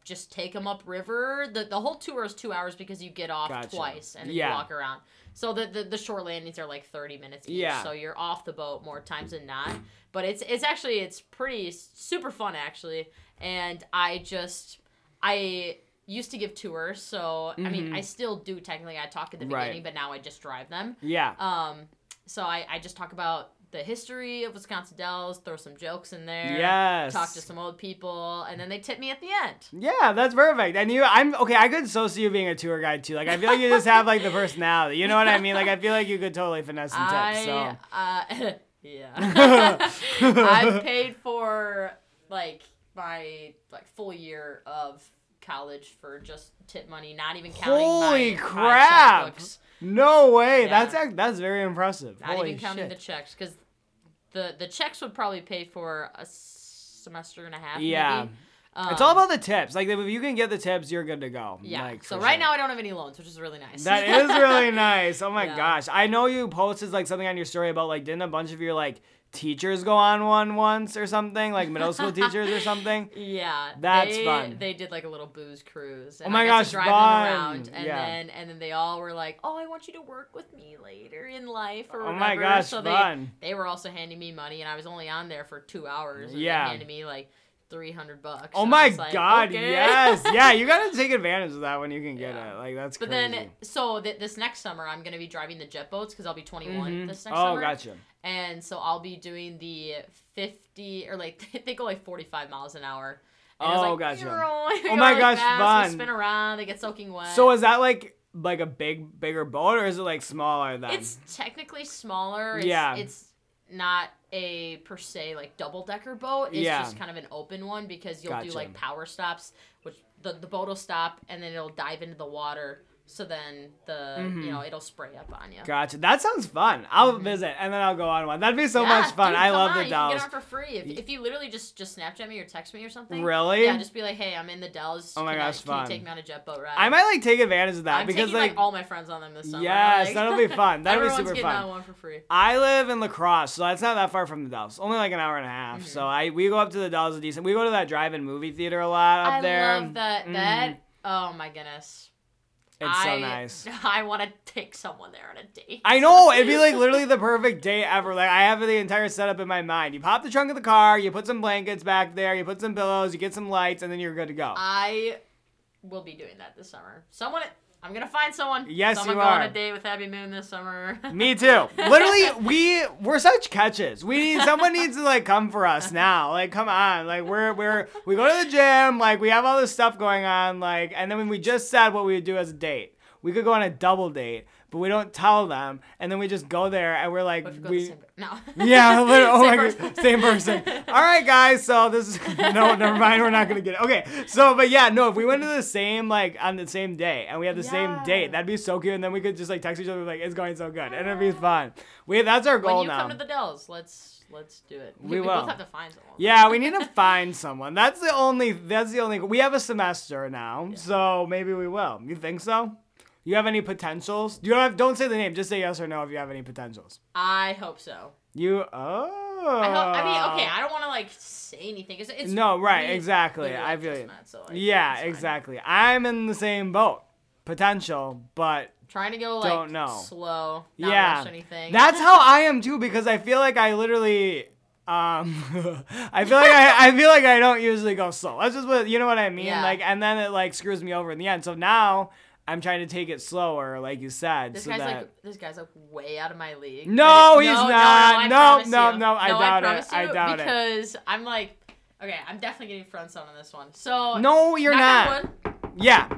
[SPEAKER 2] just take them up river. The the whole tour is two hours because you get off
[SPEAKER 1] Gotcha.
[SPEAKER 2] twice and then
[SPEAKER 1] Yeah.
[SPEAKER 2] you walk around. So the, the the shore landings are like thirty minutes each.
[SPEAKER 1] Yeah.
[SPEAKER 2] So you're off the boat more times than not. But it's it's actually it's pretty super fun actually. And I just I used to give tours, so I mean I still do technically. I talk at the
[SPEAKER 1] Mm-hmm. Right.
[SPEAKER 2] beginning, but now I just drive them.
[SPEAKER 1] Yeah.
[SPEAKER 2] Um, so I, I just talk about the history of Wisconsin Dells, throw some jokes in there,
[SPEAKER 1] Yes.
[SPEAKER 2] talk to some old people, and then they tip me at the end.
[SPEAKER 1] Yeah, that's perfect. And you, I'm okay. I could so see you being a tour guide too. Like I feel like you just have like the personality. You know what I mean? Like I feel like you could totally finesse some tips. So
[SPEAKER 2] I, uh, yeah, I paid for like my like full year of college for just tip money, not even counting
[SPEAKER 1] Holy
[SPEAKER 2] my, my
[SPEAKER 1] crap.
[SPEAKER 2] checkbooks.
[SPEAKER 1] no way.
[SPEAKER 2] Yeah.
[SPEAKER 1] That's act- that's very impressive.
[SPEAKER 2] not
[SPEAKER 1] Holy
[SPEAKER 2] even counting
[SPEAKER 1] shit.
[SPEAKER 2] the checks because the the checks would probably pay for a semester and a half.
[SPEAKER 1] Yeah.
[SPEAKER 2] maybe. Uh,
[SPEAKER 1] it's all about the tips. Like if you can get the tips, you're good to go.
[SPEAKER 2] um, Yeah.
[SPEAKER 1] Like,
[SPEAKER 2] so
[SPEAKER 1] for
[SPEAKER 2] right
[SPEAKER 1] sure.
[SPEAKER 2] now I don't have any loans, which is really nice.
[SPEAKER 1] That is really nice. Oh my
[SPEAKER 2] Yeah.
[SPEAKER 1] gosh. I know you posted like something on your story about like didn't a bunch of your like teachers go on one once or something? Like middle school teachers or something?
[SPEAKER 2] yeah.
[SPEAKER 1] That's
[SPEAKER 2] they,
[SPEAKER 1] fun. Oh
[SPEAKER 2] They did like a little booze cruise. And
[SPEAKER 1] my
[SPEAKER 2] I got
[SPEAKER 1] gosh,
[SPEAKER 2] to drive
[SPEAKER 1] fun.
[SPEAKER 2] them around, and
[SPEAKER 1] Yeah.
[SPEAKER 2] then and then they all were like, "Oh, I want you to work with me later in life." Or
[SPEAKER 1] Oh my
[SPEAKER 2] whatever.
[SPEAKER 1] gosh,
[SPEAKER 2] so
[SPEAKER 1] fun.
[SPEAKER 2] They, they were also handing me money, and I was only on there for two hours. And
[SPEAKER 1] Yeah.
[SPEAKER 2] They handed me like three hundred bucks.
[SPEAKER 1] Oh
[SPEAKER 2] and I
[SPEAKER 1] my
[SPEAKER 2] was like,
[SPEAKER 1] god,
[SPEAKER 2] "Okay."
[SPEAKER 1] yes. Yeah, you gotta take advantage of that when you can get
[SPEAKER 2] Yeah.
[SPEAKER 1] it. Like that's
[SPEAKER 2] But
[SPEAKER 1] crazy.
[SPEAKER 2] then, so th- this next summer, I'm gonna be driving the jet boats because I'll be 21
[SPEAKER 1] Mhm.
[SPEAKER 2] this next
[SPEAKER 1] oh,
[SPEAKER 2] summer.
[SPEAKER 1] gotcha.
[SPEAKER 2] and so I'll be doing the 50 or like they go like 45 miles an hour. And it's
[SPEAKER 1] Oh,
[SPEAKER 2] like,
[SPEAKER 1] gotcha.
[SPEAKER 2] "Meow."
[SPEAKER 1] Oh
[SPEAKER 2] We
[SPEAKER 1] my gosh,
[SPEAKER 2] go really fast,
[SPEAKER 1] fun.
[SPEAKER 2] We spin around, they get soaking wet.
[SPEAKER 1] So is that like like a big bigger boat or is it like smaller than?
[SPEAKER 2] it's technically smaller. It's,
[SPEAKER 1] Yeah.
[SPEAKER 2] it's not a per se like double decker boat. It's
[SPEAKER 1] Yeah.
[SPEAKER 2] just kind of an open one because you'll do
[SPEAKER 1] Gotcha.
[SPEAKER 2] like power stops, which the the boat will stop and then it'll dive into the water. So then the
[SPEAKER 1] Mm-hmm.
[SPEAKER 2] you know it'll spray up on you.
[SPEAKER 1] Gotcha. That sounds fun. I'll visit and then I'll go on one. That'd be so much fun.
[SPEAKER 2] Mm-hmm. dude,
[SPEAKER 1] I
[SPEAKER 2] come
[SPEAKER 1] love
[SPEAKER 2] on,
[SPEAKER 1] the
[SPEAKER 2] you can
[SPEAKER 1] dolls.
[SPEAKER 2] Get on for free if, if you literally just just Snapchat me or text me or something.
[SPEAKER 1] Really?
[SPEAKER 2] Yeah, just be like, hey, I'm in the Dells.
[SPEAKER 1] Oh my
[SPEAKER 2] can I-
[SPEAKER 1] gosh,
[SPEAKER 2] can
[SPEAKER 1] fun.
[SPEAKER 2] you take me on a jet boat ride?
[SPEAKER 1] I might like take advantage of that
[SPEAKER 2] I'm
[SPEAKER 1] because
[SPEAKER 2] taking like,
[SPEAKER 1] like,
[SPEAKER 2] all my friends on them this summer.
[SPEAKER 1] Yes,
[SPEAKER 2] like-
[SPEAKER 1] that'll be fun. That'll be
[SPEAKER 2] Everyone's
[SPEAKER 1] super
[SPEAKER 2] getting
[SPEAKER 1] fun.
[SPEAKER 2] on one for free.
[SPEAKER 1] I live in Lacrosse, so that's not that far from the Dells. Only like an hour and a half. So
[SPEAKER 2] Mm-hmm.
[SPEAKER 1] I we go up to the Dells a decent. We go to that drive-in movie theater a lot up
[SPEAKER 2] I
[SPEAKER 1] there. um, mm.
[SPEAKER 2] love that. That. Oh my goodness.
[SPEAKER 1] It's so
[SPEAKER 2] I-
[SPEAKER 1] nice.
[SPEAKER 2] I want to take someone there on a date.
[SPEAKER 1] I know it'd be like literally the perfect day ever. Like I have the entire setup in my mind. You pop the trunk of the car, you put some blankets back there, you put some pillows, you get some lights, and then you're good to go.
[SPEAKER 2] I will be doing that this summer. Someone. I'm gonna find someone.
[SPEAKER 1] Yes,
[SPEAKER 2] so I'm
[SPEAKER 1] you
[SPEAKER 2] gonna go on
[SPEAKER 1] are.
[SPEAKER 2] a date with Abby Moon this summer.
[SPEAKER 1] Me too. Literally, we we're such catches. We need someone needs to like come for us now. Like, come on. Like we're we're we go to the gym. Like we have all this stuff going on. Like, and then when we just said what we would do as a date, we could go on a double date, but we don't tell them, and then we just go there and we're like,
[SPEAKER 2] But if we
[SPEAKER 1] we.
[SPEAKER 2] go to the same- no.
[SPEAKER 1] Yeah, literally. Oh my
[SPEAKER 2] Same person.
[SPEAKER 1] god, same person. All right, guys. So this is no, never mind. We're not gonna get it. Okay. So, but yeah, no. If we went to the same like on the same day and we had the same
[SPEAKER 2] Yeah.
[SPEAKER 1] date, that'd be so cute. And then we could just like text each other like it's going so good, and it'd be fun. We that's our goal
[SPEAKER 2] when you
[SPEAKER 1] now.
[SPEAKER 2] come to the Dells, let's let's do it.
[SPEAKER 1] We
[SPEAKER 2] We,
[SPEAKER 1] will.
[SPEAKER 2] both have to find someone.
[SPEAKER 1] yeah, we need to find someone. That's the only. That's the only. We have a semester now, so maybe we will. You think so? You have any potentials? You don't have. Don't say the name. Just say yes or no if you have any potentials.
[SPEAKER 2] I hope so.
[SPEAKER 1] You. Oh.
[SPEAKER 2] I, hope, I mean, okay, I don't want to like say anything. It's, it's
[SPEAKER 1] No, right,
[SPEAKER 2] we
[SPEAKER 1] exactly.
[SPEAKER 2] literally
[SPEAKER 1] I feel
[SPEAKER 2] just
[SPEAKER 1] you.
[SPEAKER 2] met, so, like, it's
[SPEAKER 1] Yeah,
[SPEAKER 2] fine.
[SPEAKER 1] exactly. I'm in the same boat. Potential, but
[SPEAKER 2] Trying to go like
[SPEAKER 1] Don't know.
[SPEAKER 2] slow, not
[SPEAKER 1] yeah.
[SPEAKER 2] rush anything.
[SPEAKER 1] That's how I am too because I feel like I literally Um, I feel like I, I feel like I don't usually go slow. That's just what you know what I mean.
[SPEAKER 2] Yeah.
[SPEAKER 1] Like, and then it like screws me over in the end. So now I'm trying to take it slower, like you said.
[SPEAKER 2] This
[SPEAKER 1] so
[SPEAKER 2] guy's
[SPEAKER 1] that...
[SPEAKER 2] like this guy's like way out of my league.
[SPEAKER 1] No,
[SPEAKER 2] Like,
[SPEAKER 1] he's
[SPEAKER 2] no,
[SPEAKER 1] not.
[SPEAKER 2] No, I
[SPEAKER 1] No,
[SPEAKER 2] promise
[SPEAKER 1] no,
[SPEAKER 2] you.
[SPEAKER 1] no, I doubt it.
[SPEAKER 2] promise
[SPEAKER 1] I
[SPEAKER 2] you,
[SPEAKER 1] doubt it.
[SPEAKER 2] because I'm like, okay, I'm definitely getting front zone on this one. So
[SPEAKER 1] No, you're
[SPEAKER 2] knock on
[SPEAKER 1] not.
[SPEAKER 2] wood,
[SPEAKER 1] Yeah.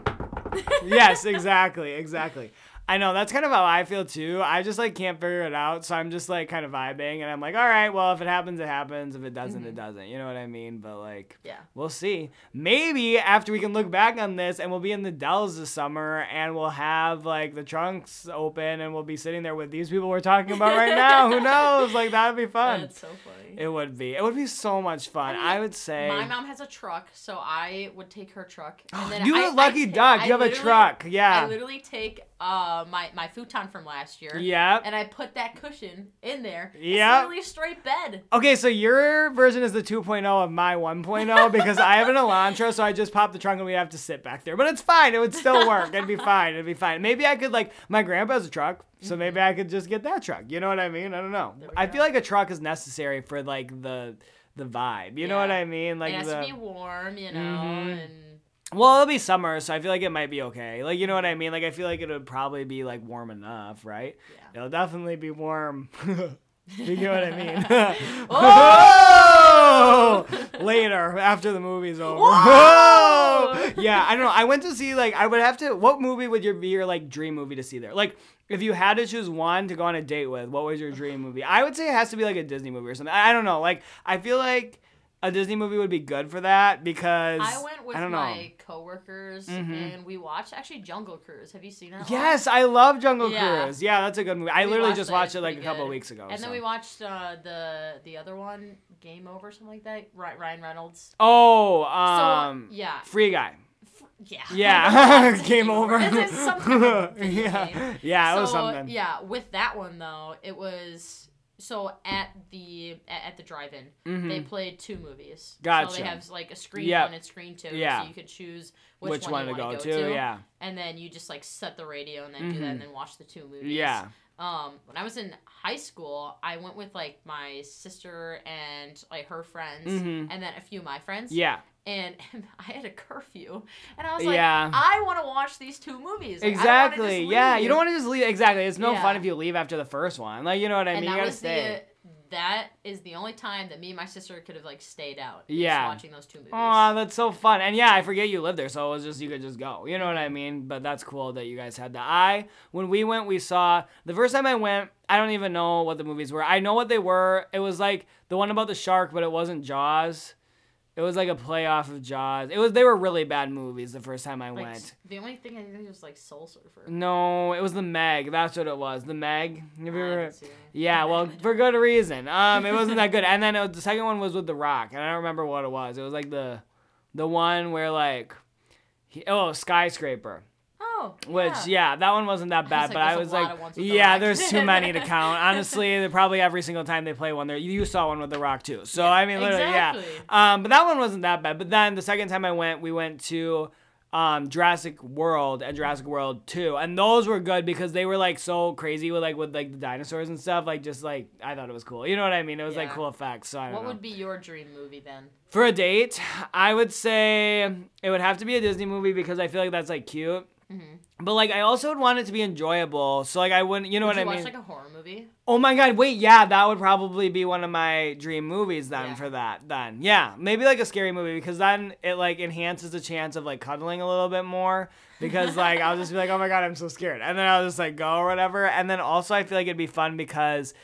[SPEAKER 1] yes, exactly, exactly. I know that's kind of how I feel too. I just like can't figure it out, so I'm just like kind of vibing, and I'm like, all right, well, if it happens, it happens. If it doesn't, it doesn't. You know what I mean? But like,
[SPEAKER 2] Mm-hmm. Yeah.
[SPEAKER 1] we'll see. Maybe after we can look back on this, and we'll be in the Dells this summer, and we'll have like the trunks open, and we'll be sitting there with these people we're talking about right now. Who knows? Like that'd be fun.
[SPEAKER 2] That's so funny.
[SPEAKER 1] it would be. It would be so much fun. I, would say.
[SPEAKER 2] My mom has a truck, so I would take her truck. And then
[SPEAKER 1] Oh, You
[SPEAKER 2] I,
[SPEAKER 1] a lucky
[SPEAKER 2] I,
[SPEAKER 1] duck.
[SPEAKER 2] I
[SPEAKER 1] You have a
[SPEAKER 2] literally-
[SPEAKER 1] truck. Yeah.
[SPEAKER 2] I literally take uh my my futon from last year.
[SPEAKER 1] Yep.
[SPEAKER 2] And I put that cushion in there.
[SPEAKER 1] Yep.
[SPEAKER 2] It's literally a straight bed.
[SPEAKER 1] Okay, so your version is the 2.0 of my 1.0 because I have an Elantra, so I just pop the trunk and we have to sit back there. But it's fine. It would still work. It'd be fine. It'd be fine. Maybe I could, like, my grandpa has a truck, so maybe I could just get that truck. You know what I mean? I don't know. I feel like a truck is necessary for, like, the the vibe. You know
[SPEAKER 2] Yeah.
[SPEAKER 1] what I mean? Like
[SPEAKER 2] it has
[SPEAKER 1] the Mm-hmm.
[SPEAKER 2] to be warm, you know, and
[SPEAKER 1] Well, it'll be summer, so I feel like it might be okay. Like, you know what I mean? Like I feel like it would probably be like warm enough, right?
[SPEAKER 2] Yeah.
[SPEAKER 1] It'll definitely be warm. you know what I mean? oh! Later, after the movie's over. Whoa! yeah, I don't know. I went to see like I would have to what movie would your be your like dream movie to see there? Like if you had to choose one to go on a date with, what was your dream movie? I would say it has to be like a Disney movie or something. I I don't know. Like I feel like a Disney movie would be good for that because
[SPEAKER 2] I went with
[SPEAKER 1] I don't know. Mm-hmm.
[SPEAKER 2] my coworkers and we watched actually Jungle Cruise. Have you seen that? one?
[SPEAKER 1] Yes, I love Jungle
[SPEAKER 2] Yeah.
[SPEAKER 1] Cruise. Yeah, that's a good movie. I
[SPEAKER 2] We
[SPEAKER 1] literally just watched
[SPEAKER 2] It's
[SPEAKER 1] it like a
[SPEAKER 2] pretty
[SPEAKER 1] couple
[SPEAKER 2] good.
[SPEAKER 1] weeks ago.
[SPEAKER 2] And
[SPEAKER 1] so.
[SPEAKER 2] then we watched uh, the the other one, Game Over, something like that. Ry- Ryan Reynolds.
[SPEAKER 1] Oh, um,
[SPEAKER 2] yeah.
[SPEAKER 1] Free Guy.
[SPEAKER 2] Yeah.
[SPEAKER 1] Yeah, game over.
[SPEAKER 2] It's something like a video
[SPEAKER 1] yeah,
[SPEAKER 2] game.
[SPEAKER 1] yeah, it was
[SPEAKER 2] So,
[SPEAKER 1] something.
[SPEAKER 2] Yeah, with that one though, it was so at the at at the drive-in, they played two movies. So
[SPEAKER 1] Mm-hmm. Gotcha.
[SPEAKER 2] they have like a screen
[SPEAKER 1] Yep.
[SPEAKER 2] one and screen two.
[SPEAKER 1] Yeah.
[SPEAKER 2] So you could choose which,
[SPEAKER 1] Which
[SPEAKER 2] one,
[SPEAKER 1] one
[SPEAKER 2] you
[SPEAKER 1] to
[SPEAKER 2] wanna
[SPEAKER 1] go to, yeah. Mm-hmm.
[SPEAKER 2] And then you just like set the radio and then do that and then watch the two movies.
[SPEAKER 1] Yeah.
[SPEAKER 2] Um, when I was in high school, I went with like my sister and like her friends, and then a few of my friends
[SPEAKER 1] Mm-hmm. Yeah.
[SPEAKER 2] and I had a curfew, and I was like,
[SPEAKER 1] Yeah.
[SPEAKER 2] I want to watch these two movies. Like, I don't wanna just
[SPEAKER 1] Exactly. Yeah, you
[SPEAKER 2] leave.
[SPEAKER 1] don't want to just leave. Exactly. It's no fun
[SPEAKER 2] Yeah.
[SPEAKER 1] if you leave after the first one. Like, you know what I
[SPEAKER 2] And
[SPEAKER 1] mean?
[SPEAKER 2] that
[SPEAKER 1] you gotta
[SPEAKER 2] was
[SPEAKER 1] stay.
[SPEAKER 2] the that is the only time that me and my sister could have like stayed out. just
[SPEAKER 1] Yeah.
[SPEAKER 2] watching those two movies.
[SPEAKER 1] Aw, that's so fun. And yeah, I forget you live there, so it was just you could just go. You know what I mean? But that's cool that you guys had that. I when we went, we saw the first time I went, I don't even know what the movies were. I know what they were. It was like the one about the shark, but it wasn't Jaws. It was like a playoff of Jaws. It was they were really bad movies the first time I
[SPEAKER 2] Like,
[SPEAKER 1] went.
[SPEAKER 2] s- the only thing I think was like Soul Surfer.
[SPEAKER 1] No, it was the Meg. That's what it was. The Meg. Have you
[SPEAKER 2] haven't
[SPEAKER 1] ever-
[SPEAKER 2] seen it.
[SPEAKER 1] er, Yeah, well, for good reason. Um, it wasn't that good. And then it was, the second one was with The Rock, and I don't remember what it was. It was like the, the one where like, he, oh, skyscraper.
[SPEAKER 2] Oh,
[SPEAKER 1] Which
[SPEAKER 2] yeah.
[SPEAKER 1] yeah, that one wasn't that bad,
[SPEAKER 2] like,
[SPEAKER 1] but I
[SPEAKER 2] there's a
[SPEAKER 1] was
[SPEAKER 2] lot
[SPEAKER 1] like,
[SPEAKER 2] of ones with The
[SPEAKER 1] yeah,
[SPEAKER 2] Rock.
[SPEAKER 1] there's too many to count. Honestly, they're probably every single time they play one. There, you saw one with The Rock too. So I mean, literally,
[SPEAKER 2] exactly.
[SPEAKER 1] yeah. Um, but that one wasn't that bad. But then the second time I went, we went to. Um, Jurassic World and Jurassic World 2 and those were good because they were like so crazy with like with like the dinosaurs and stuff like just like I thought it was cool you know what I mean it was like
[SPEAKER 2] Yeah.
[SPEAKER 1] cool effects so I don't
[SPEAKER 2] What
[SPEAKER 1] know.
[SPEAKER 2] would be your dream movie then?
[SPEAKER 1] For a date, I would say it would have to be a Disney movie because I feel like that's like cute.
[SPEAKER 2] Mm-hmm.
[SPEAKER 1] But like I also would want it to be enjoyable, so like I wouldn't, you know
[SPEAKER 2] Would
[SPEAKER 1] what
[SPEAKER 2] you
[SPEAKER 1] I
[SPEAKER 2] watch
[SPEAKER 1] mean?
[SPEAKER 2] like a horror movie?
[SPEAKER 1] oh my god, wait, yeah, that would probably be one of my dream movies then
[SPEAKER 2] Yeah.
[SPEAKER 1] for that. Then yeah, maybe like a scary movie because then it like enhances the chance of like cuddling a little bit more because like I'll just be like, oh my god, I'm so scared, and then I'll just like go or whatever. And then also I feel like it'd be fun because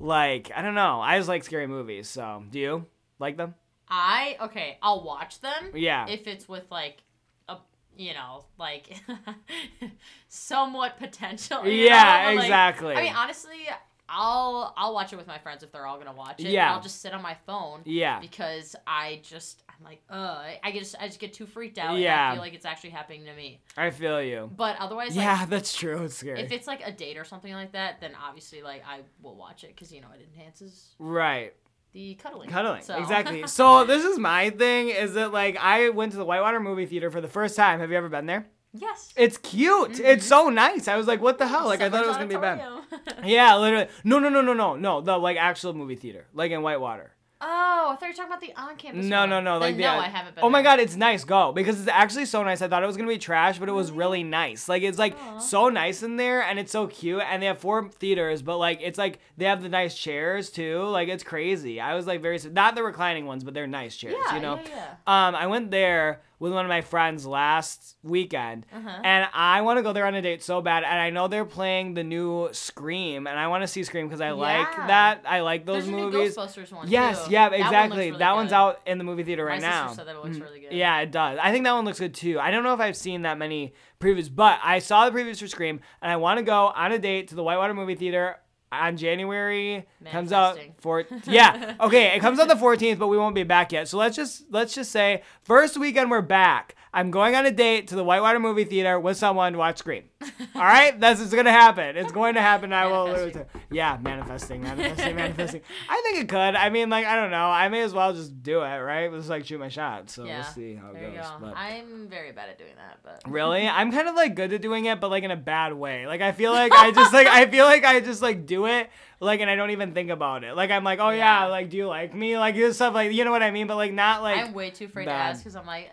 [SPEAKER 1] like I don't know, I just like scary movies. So do you like them?
[SPEAKER 2] I okay, I'll watch them.
[SPEAKER 1] Yeah.
[SPEAKER 2] If it's with like a you know like somewhat potential. you
[SPEAKER 1] Yeah,
[SPEAKER 2] know? But, like,
[SPEAKER 1] exactly.
[SPEAKER 2] I mean, honestly, I'll I'll watch it with my friends if they're all gonna watch it. and
[SPEAKER 1] Yeah.
[SPEAKER 2] I'll just sit on my phone.
[SPEAKER 1] Yeah.
[SPEAKER 2] Because I just I'm like uh I I just I just get too freaked out. And
[SPEAKER 1] Yeah.
[SPEAKER 2] I feel like it's actually happening to me.
[SPEAKER 1] I feel you.
[SPEAKER 2] But otherwise,
[SPEAKER 1] yeah,
[SPEAKER 2] like.
[SPEAKER 1] that's true. It's scary.
[SPEAKER 2] If it's like a date or something like that, then obviously like I will watch it because you know it enhances
[SPEAKER 1] right.
[SPEAKER 2] the cuddling.
[SPEAKER 1] Cuddling.
[SPEAKER 2] So-
[SPEAKER 1] Exactly. So this is my thing is that like I went to the Whitewater movie theater for the first time. Have you ever been there?
[SPEAKER 2] yes.
[SPEAKER 1] It's cute.
[SPEAKER 2] Mm-hmm.
[SPEAKER 1] It's so nice. I was like, what the hell? Like I thought it was gonna be bad.
[SPEAKER 2] Auditorium.
[SPEAKER 1] Yeah, literally. No, no, no, no, no, no. The like actual movie theater, like in Whitewater.
[SPEAKER 2] Oh, I thought you were talking about the on-campus.
[SPEAKER 1] No,
[SPEAKER 2] one.
[SPEAKER 1] no, no. Like
[SPEAKER 2] then,
[SPEAKER 1] the,
[SPEAKER 2] no, I haven't been.
[SPEAKER 1] Oh my
[SPEAKER 2] there.
[SPEAKER 1] god, it's nice. Go because it's actually so nice. I thought it was gonna be trash, but it
[SPEAKER 2] Mm-hmm.
[SPEAKER 1] was really nice. Like it's like so nice in there, and it's so cute. And they have four theaters, but like it's like they have the nice chairs too. Like it's crazy. I was like very su- not the reclining ones, but they're nice chairs.
[SPEAKER 2] Yeah,
[SPEAKER 1] you know.
[SPEAKER 2] yeah, yeah.
[SPEAKER 1] Um, I went there with one of my friends last weekend,
[SPEAKER 2] Uh-huh.
[SPEAKER 1] and I want to go there on a date so bad. And I know they're playing the new Scream, and I want to see Scream because I like
[SPEAKER 2] Yeah.
[SPEAKER 1] that. I like those
[SPEAKER 2] There's a new
[SPEAKER 1] movies.
[SPEAKER 2] Ghostbusters one,
[SPEAKER 1] Yes,
[SPEAKER 2] too.
[SPEAKER 1] yeah,
[SPEAKER 2] That one looks
[SPEAKER 1] exactly.
[SPEAKER 2] really
[SPEAKER 1] that one's
[SPEAKER 2] good.
[SPEAKER 1] out in the movie theater
[SPEAKER 2] My
[SPEAKER 1] right
[SPEAKER 2] sister
[SPEAKER 1] now. Mm,
[SPEAKER 2] said that it looks really good.
[SPEAKER 1] Yeah, it does. I think that one looks good too. I don't know if I've seen that many previews, but I saw the previews for Scream, and I want to go on a date to the Whitewater Movie Theater on January. Comes out
[SPEAKER 2] Manifesting.
[SPEAKER 1] for yeah. Okay, it comes out the 14th, but we won't be back yet. So let's just let's just say first weekend we're back. I'm going on a date to the Whitewater Movie Theater with someone to watch Scream. All right, that's it's gonna happen. It's going to happen. I will.
[SPEAKER 2] Manifesting.
[SPEAKER 1] Yeah, manifesting, manifesting, manifesting. I think it could. I mean, like I don't know. I may as well just do it, right? Let's like shoot my shot. So
[SPEAKER 2] Yeah.
[SPEAKER 1] we'll see how it
[SPEAKER 2] there
[SPEAKER 1] goes.
[SPEAKER 2] you go.
[SPEAKER 1] But
[SPEAKER 2] I'm very bad at doing that, but
[SPEAKER 1] really, I'm kind of like good at doing it, but like in a bad way. Like I feel like I just like I feel like I just like do it, like and I don't even think about it. Like I'm like, oh yeah,
[SPEAKER 2] Yeah.
[SPEAKER 1] like do you like me? Like this stuff, like you know what I mean? But like not like
[SPEAKER 2] I'm way too afraid to
[SPEAKER 1] bad.
[SPEAKER 2] ask because I'm like,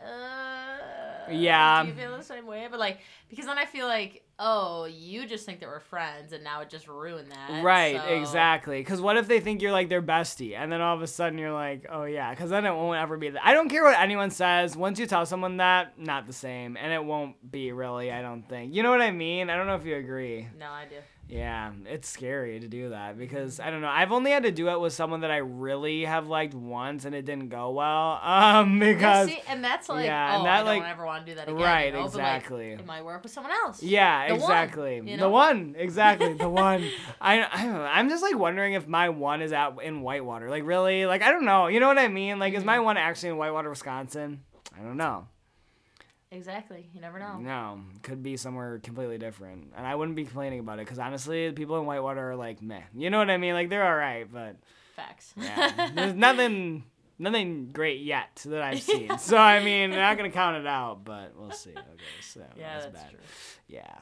[SPEAKER 2] uh,
[SPEAKER 1] Yeah.
[SPEAKER 2] do you feel the same way? But like, because then I feel like, oh, you just think that we're friends, and now it just ruined that.
[SPEAKER 1] Right,
[SPEAKER 2] so-
[SPEAKER 1] exactly. Because what if they think you're like their bestie, and then all of a sudden you're like, oh yeah, because then it won't ever be. The- I don't care what anyone says. Once you tell someone that, not the same, and it won't be really. I don't think. You know what I mean? I don't know if you agree.
[SPEAKER 2] No, I do.
[SPEAKER 1] Yeah, it's scary to do that because I don't know. I've only had to do it with someone that I really have liked once, and it didn't go well. Um,
[SPEAKER 2] Yeah,
[SPEAKER 1] because
[SPEAKER 2] see, and that's like,
[SPEAKER 1] yeah,
[SPEAKER 2] oh,
[SPEAKER 1] and that,
[SPEAKER 2] I don't
[SPEAKER 1] like-
[SPEAKER 2] ever want to do that again.
[SPEAKER 1] Right,
[SPEAKER 2] you know? But,
[SPEAKER 1] exactly.
[SPEAKER 2] Like, it might work with someone else.
[SPEAKER 1] Yeah,
[SPEAKER 2] The one,
[SPEAKER 1] exactly.
[SPEAKER 2] you
[SPEAKER 1] The
[SPEAKER 2] know?
[SPEAKER 1] one, exactly. The one. I, I don't know. I'm just like wondering if my one is out in Whitewater. Like really? Like I don't know. You know what I mean? Like is
[SPEAKER 2] Mm-hmm.
[SPEAKER 1] my one actually in Whitewater, Wisconsin? I don't know.
[SPEAKER 2] Exactly. You never know.
[SPEAKER 1] No, could be somewhere completely different, and I wouldn't be complaining about it because honestly, the people in Whitewater are like meh. You know what I mean? Like they're all right, but
[SPEAKER 2] Facts.
[SPEAKER 1] yeah, there's nothing, nothing great yet that I've seen. So I mean, I'm not gonna count it out, but we'll see. Okay, so
[SPEAKER 2] Yeah, that's,
[SPEAKER 1] bad.
[SPEAKER 2] true.
[SPEAKER 1] Yeah.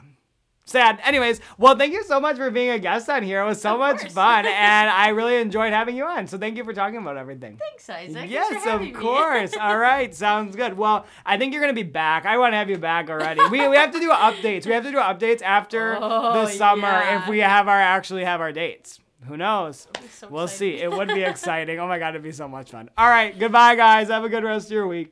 [SPEAKER 1] Sad. Anyways, well, thank you so much for being a guest on here. It was so
[SPEAKER 2] Of
[SPEAKER 1] much
[SPEAKER 2] course.
[SPEAKER 1] fun, and I really enjoyed having you on. So thank you for talking about everything.
[SPEAKER 2] Thanks, Isaac. Thanks
[SPEAKER 1] Yes,
[SPEAKER 2] for
[SPEAKER 1] of
[SPEAKER 2] having me.
[SPEAKER 1] course. All right, sounds good. Well, I think you're gonna be back. I want to have you back already. We, we have to do updates. We have to do updates after
[SPEAKER 2] Oh,
[SPEAKER 1] the summer
[SPEAKER 2] yeah.
[SPEAKER 1] if we have our actually have our dates. Who knows?
[SPEAKER 2] so
[SPEAKER 1] we'll
[SPEAKER 2] exciting.
[SPEAKER 1] see. It would be exciting. Oh my god, it'd be so much fun. All right, goodbye, guys. Have a good rest of your week.